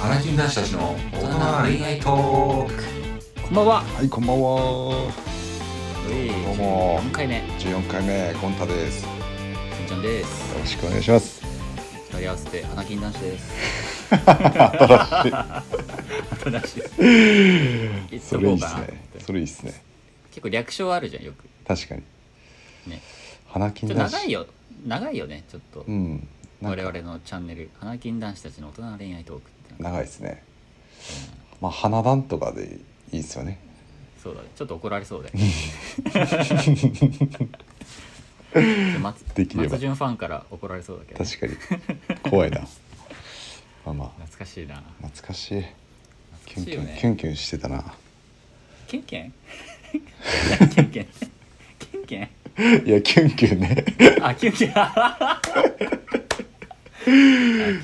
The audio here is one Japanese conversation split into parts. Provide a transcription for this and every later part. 原人男子たちの大人恋愛トークこんばんは。はい、こんばんは。えーどうも14回目、し14回目、コンタです。よんちゃんです。ろしくお願いします。二人合わせて花金男子です。新しい。新しい。それいいっすね。それいいっすね。結構略称あるじゃんよく。確かに。ね。花ちょっ金とだし。長いよ。長いよね。ちょっとうん。なん我か々のチャンネル花金男子たちの大人の恋愛トークって長いですね。まあ、花壇とかでいいっすよね。そうだね。ちょっと怒られそ うで。松できれば松潤ファンから怒られそうだけど。確かに。怖いな。まあまあ、懐かしいな。懐かしい。キュ懐ンかしキいよュン、ねキュ。ンキュンしてたな。 ケンケンケンケンケンケンいや、キュンキュンね。あ、キュンキュン。あキ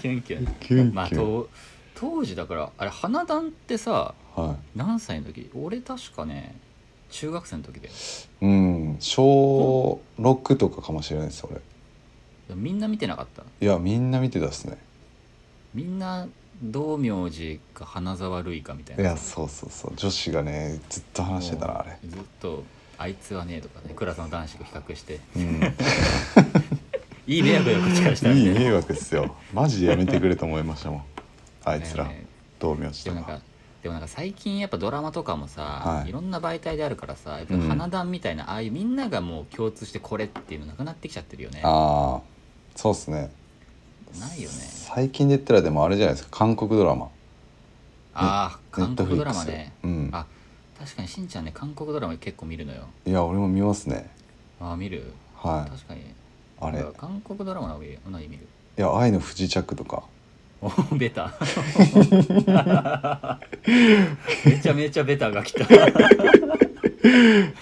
ュンキュン。キュンまあ、キュン。と当時だから、あれ、花壇ってさ、は何歳の時俺確かね、中学生の時だよ。い。うん、小6とかかもしれないです、俺。みんな見てなかった。いや、みんな見てたっすね。みんな、道明寺か花沢類かみたいいな。やそうそうそう女子がねずっと話してたなあれずっと、あいつはねえとかね、クラスの男子と比較して、 うんいい迷惑だよ、こっちからしたらいいね。迷惑っすよマジでやめてくれと思いましたもんあいつらだよね道明寺でもとなんかかでもなんか最近やっぱドラマとかもさ、、はいいろんな媒体であるからさやっぱうん花壇みたいな、ああいうみんながもう共通してこれっていうのなくなってきちゃってるよねああそうっすねないよね最近で言ったらでもあれじゃないですか韓国ドラマああ韓国ドラマ Netflix ねうんあ確かにしんちゃんね韓国ドラマ結構見るのよいや俺も見ますねああ見るはい確かにあれいなんか韓国ドラマの上何見る や愛の不時着とかおーベ タめちゃめちゃベタが来た い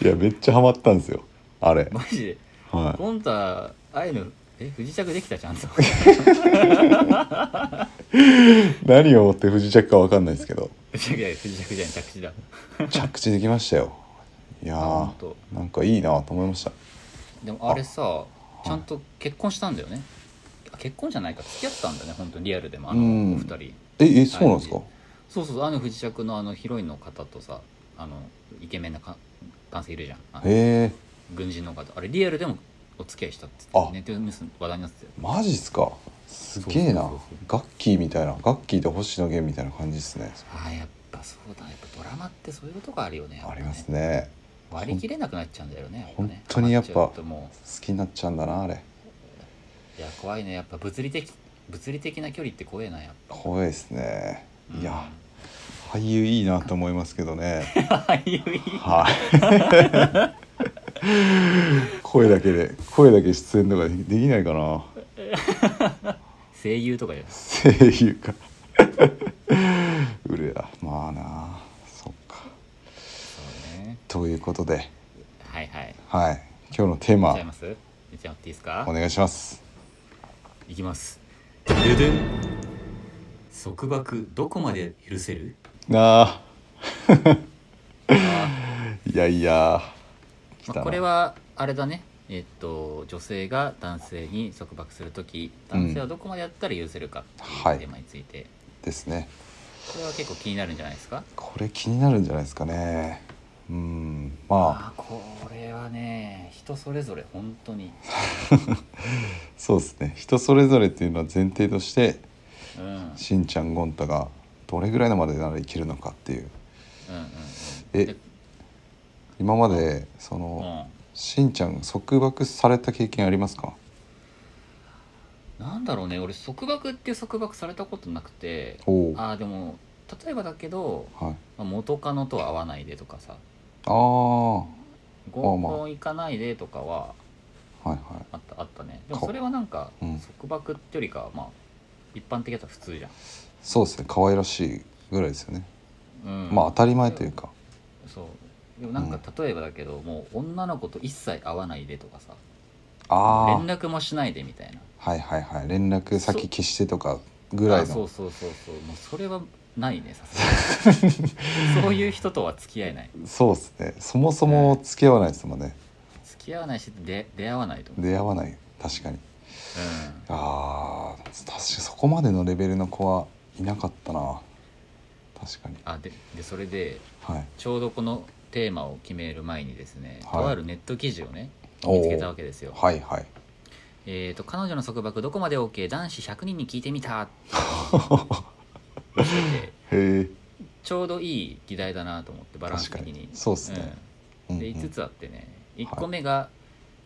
やめっちゃハマったんですよあれマジではいゴンタ愛のえ不時着できたちゃんと 何をもって不時着かわかんないですけど不時着じゃない不時着じゃない着地だ着地できましたよいやあ本ー当なんかいいなと思いましたでもあれさちゃんと結婚したんだよね、あ結婚じゃないか付き合ったんだね本当にリアルでもあのおうん二人ええそうなんですかそうそうそうあの不時着のあのヒロインの方とさあのイケメンなか男性いるじゃんあのへえ軍人の方あれリアルでもお付き合いしたって言ってあネットニュースの話題になってたよマジっすかすげえそうなそうそうガッキーみたいなガッキーと星野源みたいな感じですねあーやっぱそうだやっぱドラマってそういうことがあるよねやっぱあねりますね割り切れなくなっちゃうんだよねやっぱね本当にやっぱハマちゃうと好もきになっちゃうんだなあれういや怖いねやっぱ物理的物理的な距離って怖えなやっぱ怖いですねうんいや俳優いいなと思いますけど ね俳優いいはい声だけで声だけ出演とかでできないかな声優とかよ声優かうれやまあなあそっかそうねということではいはい。はい今日のテーいっマちゃいますいっちゃっていいですかお願いしますいきます。ででん束縛どこまで許せるなああ いやいやー、来まあ、たこれなはあれだね。えっと、女性が男性に束縛するとき男性はどこまでやったら許せるかってはいういテーマについて、ですねこれは結構気になるんじゃないですかこれ気になるんじゃないですかねうんまああーこれはね人それぞれ本当に、そうですね人それぞれっていうのは前提としてうん、うんうんうんしんちゃんゴンタがどれぐらいのまでならいけるのかっていううんえで今までそうのんしんちゃん束縛された経験ありますかなんだろうね俺束縛っていう束縛されたことなくておおはいあーでも例えばだけどあまあ元カノとは会わないでとかさあー合まあコン行かないでとかははいはあったあったねでもかそれはなんかうん束縛ってよりかはまあ一般的だったら普通じゃん、いそうですね可愛らしいぐらいですよねうん、まあ当たり前というかそうでもなんか例えばだけど、もう女の子と一切会わないでとかさあ連絡もしないでみたいなあはいはいはい連絡先消してとかぐらあいそのうそうそうそうもうそれはないねさ すがにそういう人とは付き合えないそうですねそもそも付き合わないですもんね付き合わないし出出会わないと思う、出会わない確かにうん、あー確かにそこまでのレベルの子はいなかったな確かにあででそれではいちょうどこのテーマを決める前にですね、はいとあるネット記事をねおー見つけたわけですよ、はいはいえー、と彼女の束縛どこまで OK 男子100人に聞いてみたでへえちょうどいい議題だなと思ってバランス的に確かにそうっすねううんんでうん5つあってね1個目が、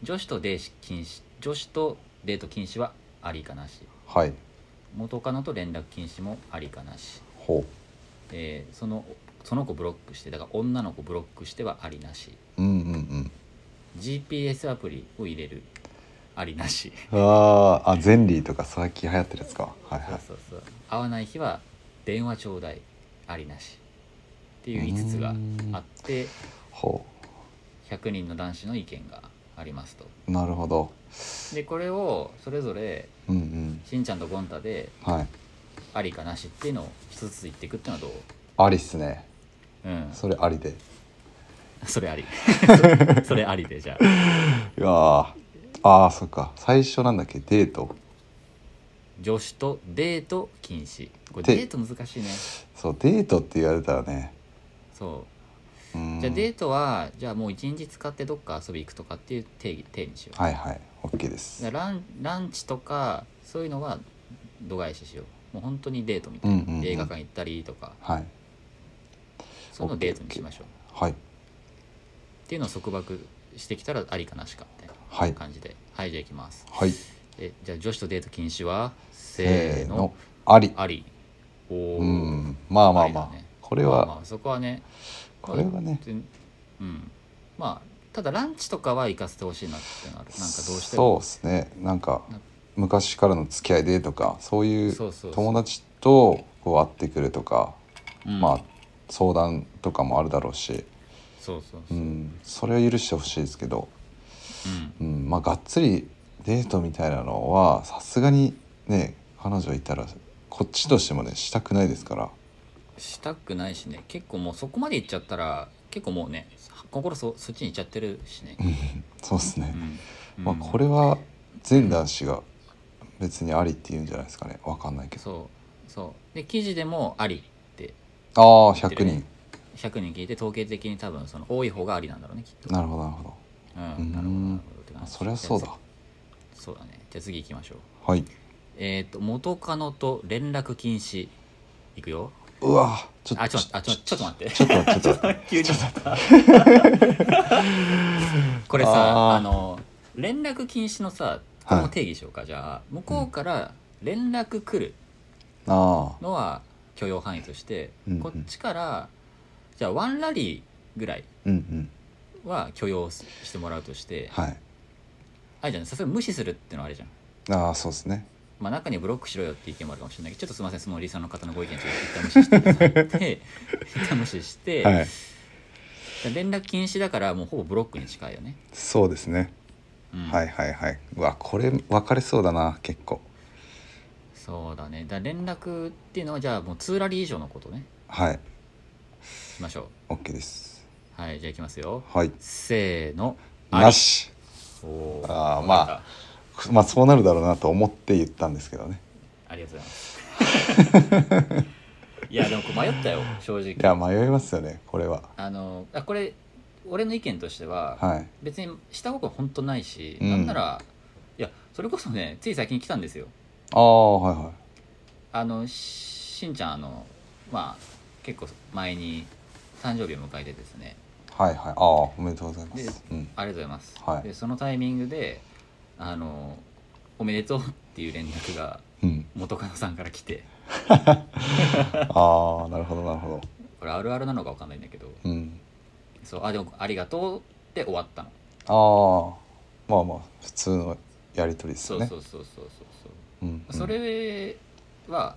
女子とデート禁止女子とデート禁止はありかなしはい元カノと連絡禁止もありかなし、ほえーそのその子ブロックしてだから女の子ブロックしてはありなしううんうんうん GPS アプリを入れるありなしあーあゼンリーとか最近流行ってるやつかはいそはういそうそう会わない日は電話ちょうだいありなしっていう5つがあってほ100人の男子の意見がありますとうなるほどでこれをそれぞれうんうんしんちゃんとゴン太ではいありかなしっていうのを一つずつ言っていくっていうのはありっすねどううんそれありでいそれあ りそれありでじゃあやーあーそっか最初なんだっけデート女子とデート禁止これでデート難しいねそうデートって言われたらねそううんじゃあデートはじゃあもう一日使ってどっか遊び行くとかっていう定義定義にしようはいはい OK ですだからランランチとかそういうのは度外視しようもう本当にデートみたういんな、うん、うん、映画館行ったりとかはいそういうのをデートにしましょうはいっていうのを束縛してきたらありかなしかみたいはいな感じではいじゃあいきますはいえじゃあ女子とデート禁止はせせーーののありありおお、うんまあまあまありあだねこれまあまはあそこはねこれはね全うんまあただランチとかは行かせてほしいなってなるなんかどうしてそうもですねなんかなん昔からの付き合いでとかそういうそうそうそう友達とこう会ってくるとかうんまあ相談とかもあるだろうし、そうそううそう、うんん、それを許してほしいですけど、うん、まあがっつりデートみたいなのはさすがにね彼女いたらこっちとしてもねしたくないですからしたくないしね結構もうそこまで行っちゃったら結構もうね心そそっちに行っちゃってるしね、そうですね、うんまあ、これは全男子が別にありって言うんじゃないですかねわかんないけどそうそうで記事でもありってああ言って100るね人100人聞いて統計的に多分その多い方がありなんだろうねきっとなるほどなるほどううんんなるほどなるほどってま感あじそりゃそうだそうだねじゃあ次行きましょうはいえっ、と元カノと連絡禁止いくようわちょあちょっと待ってちょっと待ってちょっと待ってちょっ と待って 急にこれさああーの連絡禁止のさこの定義しようか、じゃあ向こうから連絡来るああのは許容範囲として、うんうんこっちからじゃあワンラリーぐらいうんうんは許容すしてもらうとして、はいあれじゃんさすがに無視するってのはあれじゃんああそうですねまあ、中にブロックしろよって意見もあるかもしれないけどちょっとすみませんそのリスナーの方のご意見ちょっと一旦無視して くださいって一旦無視して、はい連絡禁止だからもうほぼブロックに近いよね、そうですねうんはいはいはいうわこれ分かれそうだな結構そうだねだから連絡っていうのはじゃあもう2ラリー以上のことねはいしましょ OK ですうはいじゃあいきますよはいせーのなしおーあーまあまあそうなるだろうなと思って言ったんですけどねありがとうございます いやでもこれ迷ったよ正直いや迷いますよねこれはあのあこれ俺の意見としては、はい別にしたことは本当ないし、うんなんならいやそれこそねつい最近来たんですよああはいはいあのしんちゃんあのまあ結構前に誕生日を迎えてですねはいはいああおめでとうございま、ですうん、ありがとうございます、はいでそのタイミングであの「おめでとう」っていう連絡がうん、元カノさんから来てああなるほどなるほこれあるあるなのかわかんないんだけどどうんそうあでもありがとうって終わったのああまあまあ普通のやり取りですそようねそうそうそうそうそううんうんそれは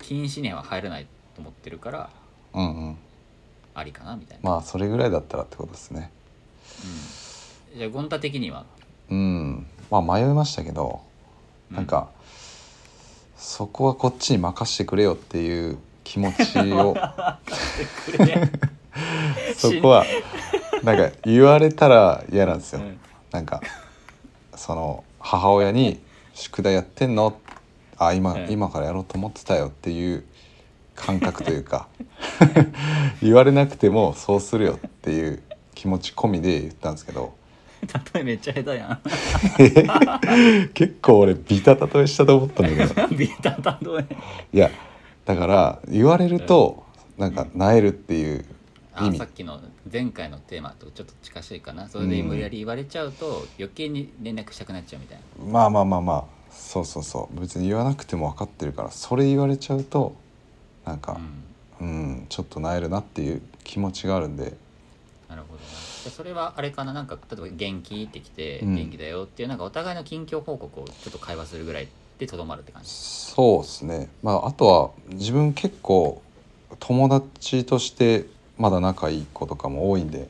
禁止には入らないと思ってるからうんうんありかなみたいな、まあそれぐらいだったらってことですねうん、じゃあゴンタ的にはうんまあ迷いましたけどなん、か、そこはこっちに任してくれよっていう気持ちをうくれ そこはなんか言われたら嫌なんですうよ、んなんかその母親に「宿題やってんの?」あ今、うん今からやろうと思ってたよっていう感覚というか 言われなくてもそうするよっていう気持ち込みで言ったんですけど 例えめっちゃ下手やん結構俺ビタ例えしたと思ったんだけど ビタ例えいやだから言われるとなんかなえるっていう意あ味さっきの前回のテーマとちょっと近しいかなそれで無理やり言われちゃうと余計に連絡したくなっちゃうみたいなまあまあまあまあそうそうそう別に言わなくても分かってるからそれ言われちゃうとなんかうんうんちょっとなえるなっていう気持ちがあるんでなるほどなじゃあそれはあれかななんか例えば元気ってきてうん元気だよっていうなんかお互いの近況報告をちょっと会話するぐらいでとどまるって感じそうですねまああとは自分結構友達としてまだ仲いい子とかも多いんで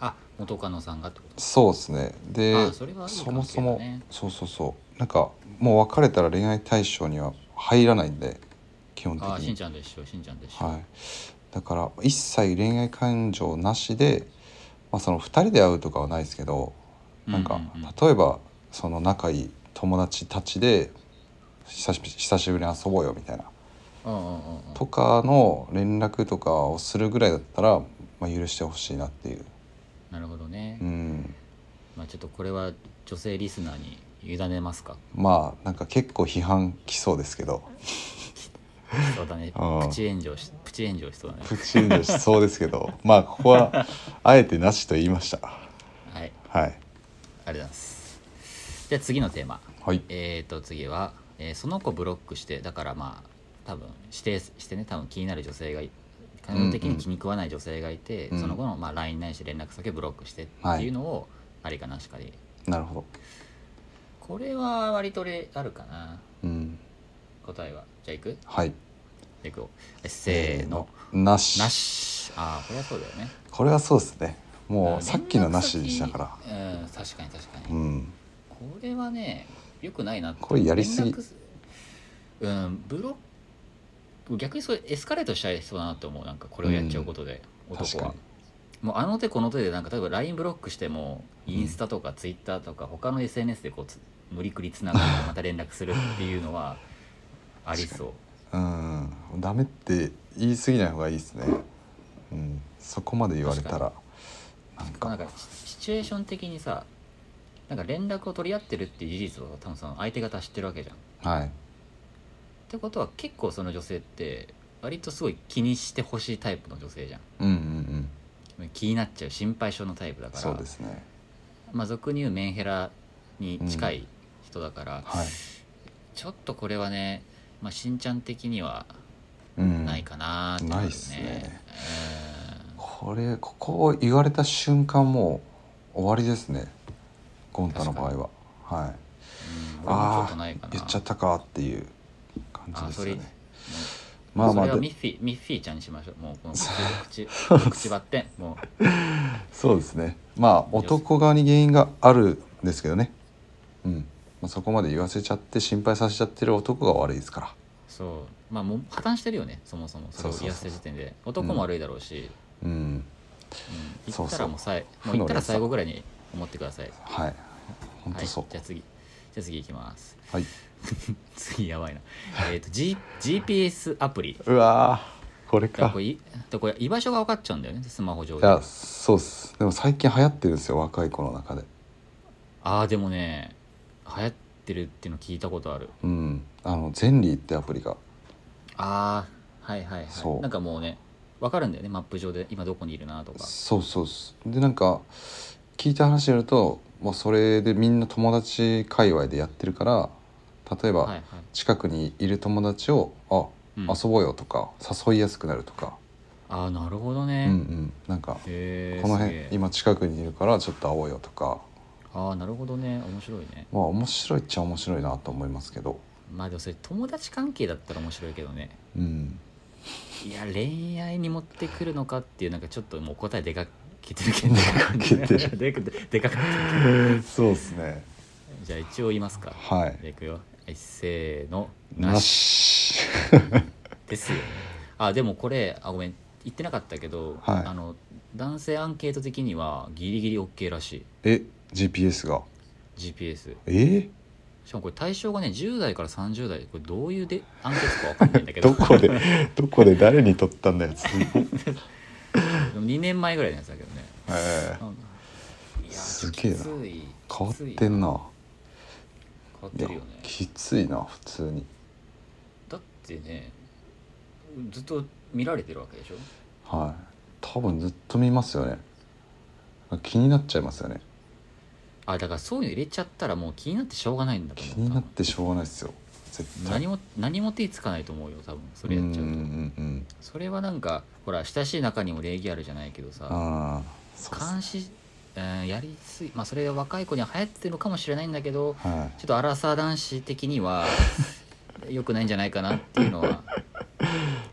あ元カノさんがってことそうですねであそれはいいそ関係だもねそもそうそうそうなんかもう別れたら恋愛対象には入らないんで基本的あしんにちゃんと一緒しんちゃんと一緒、はい、だから一切恋愛感情なしで、まあ、その2人で会うとかはないですけどなんか、うんうんうん例えばその仲いい友達たちで久し久しぶりに遊ぼうよみたいなうんうんうんうんとかの連絡とかをするぐらいだったら、まあ、許してほしいなっていう、なるほどね、うん、まあ、ちょっとこれは女性リスナーに委ねま すかまあなんか結構批判きそうですけどそうだねあープチ炎上しプチ炎上しそうだねプチンとしそうですけ どまあここはあえてなしと言いましたはいあはいりがとうございますじゃあ次のテーマはいえー、と次は、えーその子ブロックしてだからまあ多分指定してね多分気になる女性がい感情的に気に食わない女性がいて、うんその後の、まあ、LINE ないし連絡先ブロックしてっていうのを、ありかなしかでなるほどこれは割とれあるかなうん答えはじゃあいくはいいくよえせーのなしなしああこれはそうだよねこれはそうですねもうんうさっきのなしでしたから連絡先うん確かに確かに、うんこれはねよくないなってこれやりすぎ連絡うんブロック逆にそれエスカレートしちゃいそうだなって思うなんかこれをやっちゃうことで、うん男は確かもうあの手この手でなんか例えば LINE ブロックしてもインスタとかツイッターとか他の SNS でこうつ無理くりつなが ってまた連絡するっていうのはありそううんダメって言い過ぎない方がいいですねうんそこまで言われたらなんなんかかシシチュエーション的にさなんか連絡を取り合ってるっていう事実を多分その相手方知ってるわけじゃんはいってことは結構その女性って割とすごい気にしてほしいタイプの女性じゃんうんうんうん気になっちゃう心配性のタイプだからそうですねまあ俗に言うメンヘラに近い人だから、はいちょっとこれはね、まあ、しんちゃん的にはうんないかなってないいっうすねこれここを言われた瞬間もう終わりですねゴンタの場合ははいうん、俺もちょあっとあないかなー言っちゃったかっていう感じあでそすれようんねまあまあそれはでミッフィーミッフィーちゃんにしましょうもうこの口 口口ばってもうそうですねまあ男側に原因があるんですけどねうん、まあ、そこまで言わせちゃって心配させちゃってる男が悪いですからそうまあもう破綻してるよねそもそもそれを言わせた時点で男も悪いだろうし、うんうんそ行うっそたうらもうさい負ものう行った連ら鎖最後ぐらいに思ってください。はい本は当い、そうじゃあ次じゃあ次行きます。 はい、次やばいな。えっ、と、G、GPS アプリ。うわーこれだからかこれいだからこれ居場所が分かっちゃうんだよねスマホ上いで。やあそうっすでも最近流行ってるんですよ若い子の中であーでもね流行ってるっていうの聞いたことある。うんあのゼンリーってアプリがああはいはいはそうい。なんかもうね分かるんだよねマップ上で今どこにいるなとか。そうそうっすでなんか聞いた話によるともうそれでみんな友達界隈でやってるから例えはいはばい。近くにいる友達を「あうん遊ぼうよ」とか誘いやすくなるとか、ああなるほどうね。んうん、なんかへえ。このすげえ辺今近くにいるからちょっと会おうよとかああなるほどね面白いね。まあ面白いっちゃ面白いなと思いますけど、まあでもそれ友達関係だったら面白いけどね。うん、いや恋愛に持ってくるのかっていうなんかちょっともう答えでかけてるけど出かけてる でかでかかってる そうですねじゃあ一応言いますかはじゃあいいくよはいせーのなし ですよあでもこれあごめん言ってなかったけど、はいあの男性アンケート的にはギリギリ OK らしえ GPS がい GPS えしかもこれ対象がね10代から30代これどういうでアンケートかわかんないんだけ どどこ でどこで誰に取ったんだよすごい2年前ぐらいのやつだけどねえなんいやすげえなちょっときついー変わってんなな変わっいてやるよねきついな普通にだってねずっと見られてるわけでしょはい多分ずっと見ますよね気になっちゃいますよねあだからそういうの入れちゃったらもう気になってしょうがないんだと気思うになってしょうがないですよ絶多分対何も何も手つかないと思うよ多分そうんれうやんっちゃうとうんそれはなんかほら親しい中にも礼儀あるじゃないけどうんさああそうっす監視、うん、やりすぎまあそれが若い子には流行ってるのかもしれないんだけどはちょっとアラサー男子的に は良くないんじゃないかなっていうのはい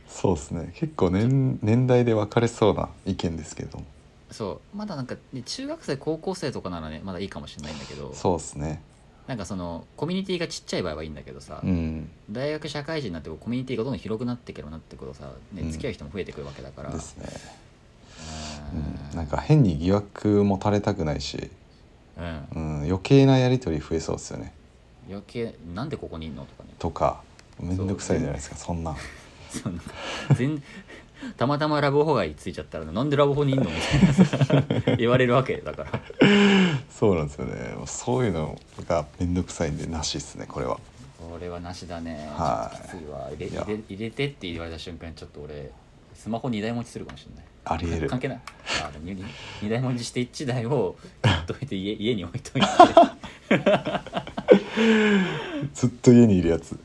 そうですね結構年年代で分かれそうな意見ですけれどもそうまだなんか、ね、中学生高校生とかならねまだいいかもしれないんだけどそうですねなんかそのコミュニティがちっちゃい場合はいいんだけどさ、うん大学社会人になってこうコミュニティがどんどん広くなってくればなってくるとさ、ねうん付き合う人も増えてくるわけだから、ですねうんうんなんか変に疑惑持たれたくないし、うんうん、余計なやり取り増えそうですよね余計なんでここにいんのとかね とか面倒くさいじゃないですかそんなんそんな全たまたまラブホがついちゃったらなんでラブホにいんのみたいな さ言われるわけだからそうなんですよねそういうのが面倒くさいんでなしですねこれはこれはなしだねはいちょっときついわ入れいや入れ入れてって言われた瞬間にちょっと俺スマホ2台持ちするかもしれないありえる関係ないあでもに2台持ちして1台 を取っといて家家に置いといてずっと家にいるやつ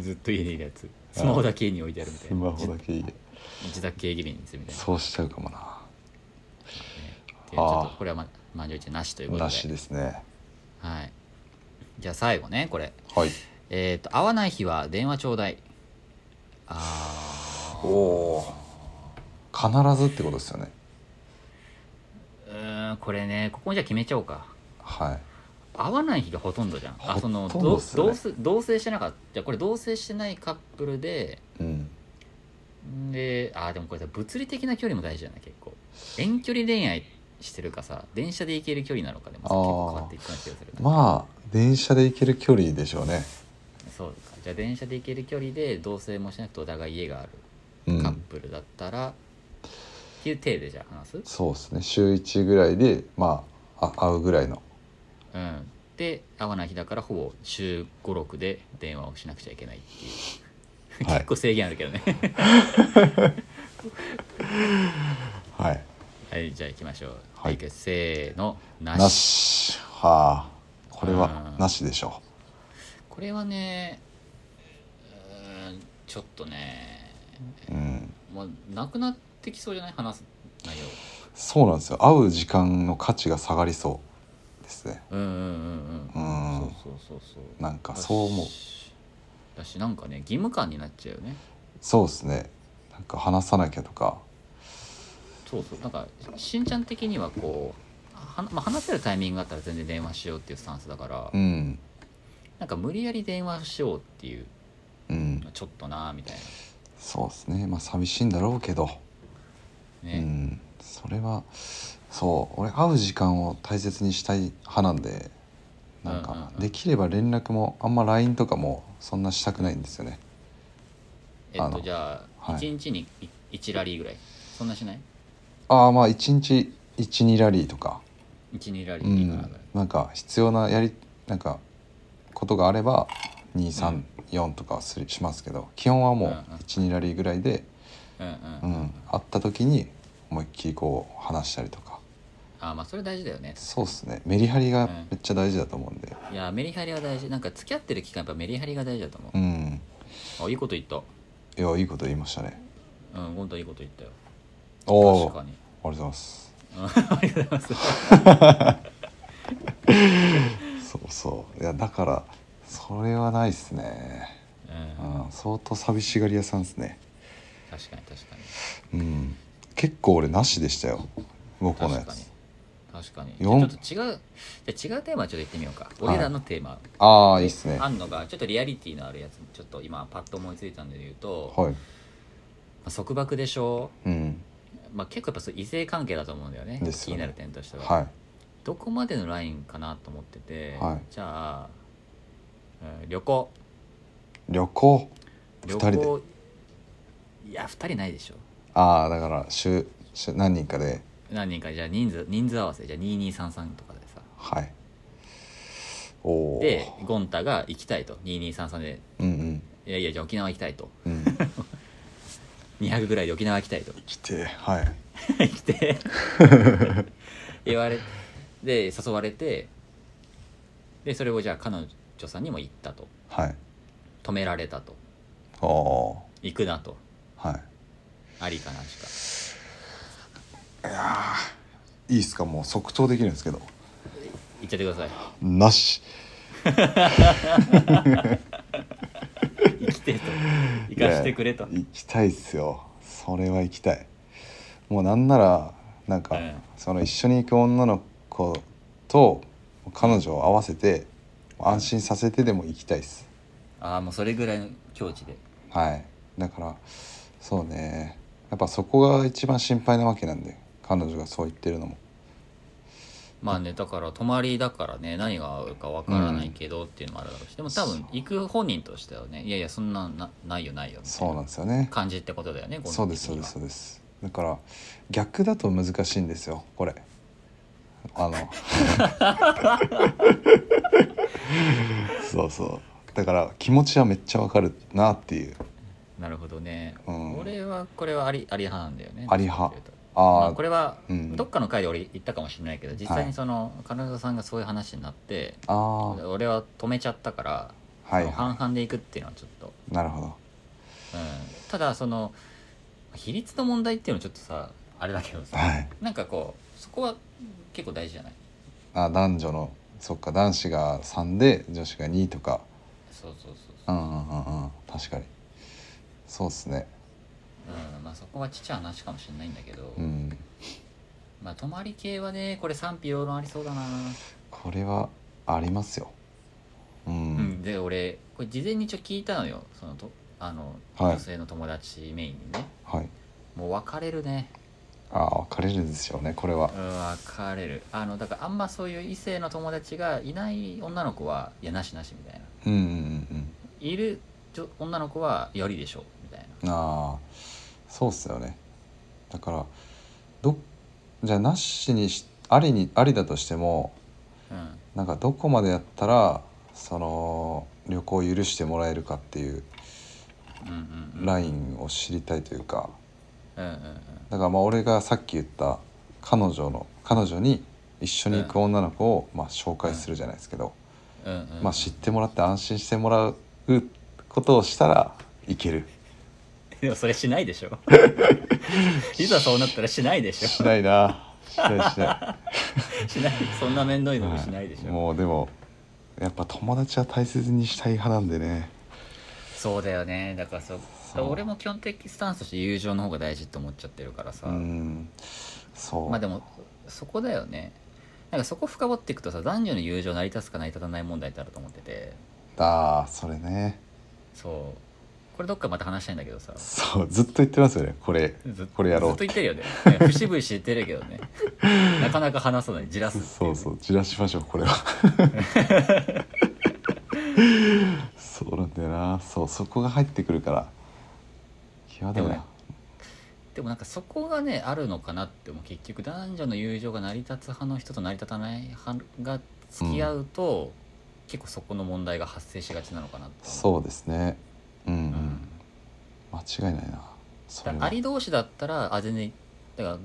ずっと家にいるやつスマホだけ家に置いてあるみたいスなマホだけ家自自宅経営気味にするみたいなそうしちゃうかもなでちょっあとこれはま満場一致なしということでなしですねはいじゃあ最後ねこれはいえっ、と会わない日は電話ちょうだいあおお必ずってことですよねーうーんこれねここじゃ決めちゃおうかはい会わない日がほとんどじゃんあそのほとんどどっすね同棲同棲してなかったじゃあこれ同棲してないカップルでうんんであーでもこれさ物理的な距離も大事だな結構遠距離恋愛してるかさ電車で行ける距離なのかでもさあー結構変わっていく感じがするなまあ電車で行ける距離でしょうねそうかじゃあ電車で行ける距離で同棲もしなくてお互い家があるうカッんプルだったら、っていう体でじゃあ話すそうですね週1ぐらいでまああ会うぐらいのうんで会わない日だからほぼ週56で電話をしなくちゃいけないっていうはい結構制限あるけどね はいはいじゃあ行きましょうはい行くせーのなしなしはあこれはうんなしでしょこれはねうーんちょっとねう、うん、もうなくなってきそうじゃない話す内容そうなんですよ会う時間の価値が下がりそうですねうんうんうんううんんそうそうそうそうなんかそう思うだしだしなんかね義務感になっちゃうよねそうですねなんか話さなきゃとかそうそうなんかしんちゃん的にはこうは、まあ、話せるタイミングがあったら全然電話しようっていうスタンスだから、うんなんか無理やり電話しようっていううんちょっとなーみたいそうですねまあ寂しいんだろうけど、なうね、んそれはそう俺会う時間を大切にしたい派なんでなんうんうんかうんできれば連絡もあんま LINE とかもそんなしたくないんですよねえっあとのじゃあ、はい一1日に1ラリーぐらいそんなしないああまあ1日12ラリーとか ?12 ラリうーいいかなぐんらい、なんか必要なやりなんかことがあれば234とかはするしますけど基本はもうんう12ラリーぐらいで、うんう、うんん、会った時に思いっきりこう話したりとかあーまあそれ大事だよねそうですねメリハリがうんめっちゃ大事だと思うんでいやーメリハリは大事なんか付き合ってる期間やっぱメリハリが大事だと思ううん、あいいこと言ったいやいいこと言いましたねうんゴンタいいこと言ったよおお確あかりにが とうございますうんありがとうございますそうそういやだからそれはないっすね、ううんん、相当寂しがり屋さんっすね確かに確かにうん結構俺なしでしたよ向こうのや確かにつ確かにじゃ四あちょっと違うじゃあ違うテーマちょっと言ってみようか俺らのテーマ、ああいいっすねあはんのがちょっとリアリティのあるやつちょっと今パッと思いついたんで言うと、まいあ束縛でしょ、うんまあ、結構やっぱそう異性関係だと思うんだよねです気よにねなる点としては、はいどこまでのラインかなと思ってて、はいじゃあうん旅行旅行二人旅で行いや2人ないでしょああだから週週何人かで何人かじゃあ人数人数合わせじゃあ2233とかでさはいおおでゴンタが行きたいと2233でうんいやいやじゃあ沖縄行きたいとうんうん 2泊ぐらいで沖縄行きたいと来てはい来て言われで誘われてでそれをじゃあ彼女さんにも行ったとはい止められたとおお行くなとーはありかなしかいいいっすかもう即答できるんですけど行っちゃってくださいなし生きてと行かしてくれと、いや行きたいっすよそれは行きたいもうなんならなんか、うんその一緒に行く女の子と彼女を合わせて安心させてでも行きたいっすああもうそれぐらいの境地ではいだからそうねやっぱそこが一番心配なわけなんで彼女がそう言ってるのもまあねだから泊まりだからね何が合うかわからないけどっていうのもあるだろうし、でも多分行く本人としてはねいやいやそんなんなないよないよみたそいうななんですよね感じってことだよねそうですそうですそうですだから逆だと難しいんですよこれあのそうそうだから気持ちはめっちゃわかるなっていうなるほどね、うん俺はこれはありあり派なんだよねあり派どっちかっていうとまああ、これはうんどっかの回で俺言ったかもしれないけど実際はにいその彼女さんがそういう話になって、ああー俺は止めちゃったから、はいその半は々で行くっていうのはちょっといなるほどうんただその比率の問題っていうのはちょっとさあれだけどさはいなんかこうそこは結構大事じゃないあ男女のそっか男子が3で女子が2とかそうそうそううそうんうんうんうん確かにそうっすねうんまあそこはちっちゃい話かもしれないんだけど、うんまあ泊まり系はねこれ賛否両論ありそうだな、これはありますよう、うんん、で俺これ事前にちょっと聞いたのよそのとあの、はい女性の友達メインにねはいもう別れるねああ分かれるんですよねこれはうん別れるあのだからあんまそういう異性の友達がいない女の子はいやなしなしみたいなうんうんうんいるちょ女の子はよりでしょみたいなうんああそうっすよねだからどじゃあなしにしありにありだとしてもうんなんかどこまでやったらその旅行を許してもらえるかっていううんうんうんラインを知りたいというかうんうんうんだからまあ俺がさっき言った彼女の彼女に一緒に行く女の子をまあ紹介するじゃないですけど、うんうんうんまあ知ってもらって安心してもらうことをしたらいける。でもそれしないで しょいざそうなったらしないでしょしないな。しないしなしないそんな面倒いい。のもしないでしょ、もうでもやっぱ友達は大切にしたい派なんでね。そうだよねだからそそう俺も基本的スタンスとして友情の方が大事って思っちゃってるからさ、うん。そう。まあでもそこだよねなんかそこ深掘っていくとさ男女の友情成り立つか成り立たない問題ってあると思っててああそれね。そうこれどっかまた話したいんだけどさそうずっと言ってますよね。これずこれやろうずっと言ってるよねね節々言ってるけど ねなかなか話さないじらすっていそうねうそうじらしましょうこれは。そうなんだよな。そうそこが入ってくるから。際どいでもなね。でもなんかそこがねあるのかなっても結局男女の友情が成り立つ派の人と成り立たない派が付き合うと、結構そこの問題が発生しがちなのかなって思うそうですね。うん、うん、間違いないな。そだれかはらあり同士だったらあ全然だからだか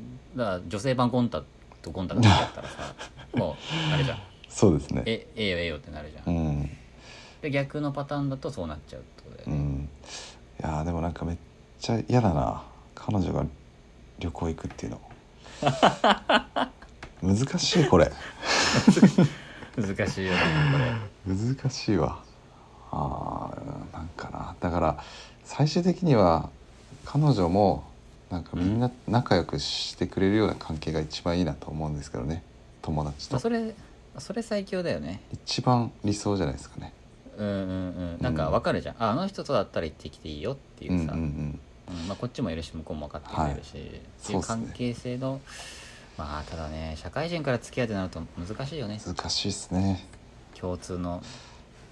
ら女性版ゴンタとゴンタが付き合ったらさもうあれじゃんそうですね。えええよええよってなるじゃうんん。で逆のパターンだとそうなっちゃうってことだようね、ん、いやーでもなんかめっちゃ嫌だな彼女が旅行行くっていう の難しいこれ難しいよねこれ難しいわあーなんかなだから最終的には彼女もなんかみんな仲良くしてくれるような関係が一番いいなと思うんですけどね友達まあとそれそれ最強だよね一番理想じゃないですかねうんうんうんなんかわかるじゃん、ああの人とだったら行ってきていいよってうんいううんうさ、んうんまあ、こっちもいるし向こうも分かってくれるし、っていそううっすね関係性の、まあただね社会人から付き合ってなると難しいよね難しいっすね共通の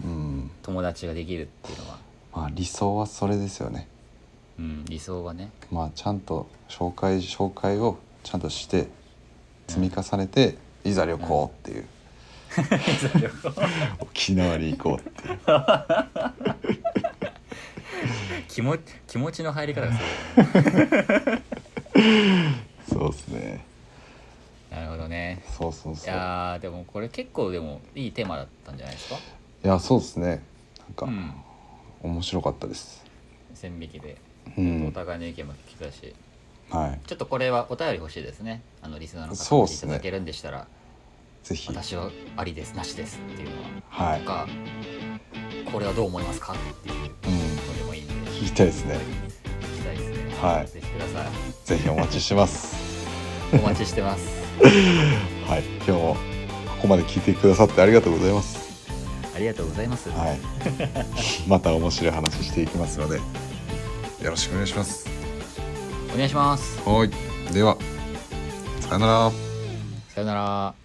うん友達ができるっていうのは、まあ理想はそれですよねうん、理想はねまあちゃんと紹介紹介をちゃんとして積み重ねて、いざ旅行っていう、 沖縄に行こうっていう気持気持ちの入り方がすそうですねごいなるほどねそうそうそういやーでもこれ結構でもいいテーマだったんじゃないですかいやそうですねなんか、うん面白かったです線引きでうおん互いの意見も聞けたし、はいちょっとこれはお便り欲しいですねあのリスナーの方そうもっいすたねだけるんでしたら、ぜひ私はありですなしですっていうのははい、とかこれはどう思いますかっていううん、のでもいいんで聞きたいですね聞きたいですねはいぜひくださいぜひお待ちしてますお待ちしてます はい今日もここまで聞いてくださってありがとうございますありがとうございます、 はいまた面白い話していきますのでよろしくお願いしますお願いしますはいではさよならさよなら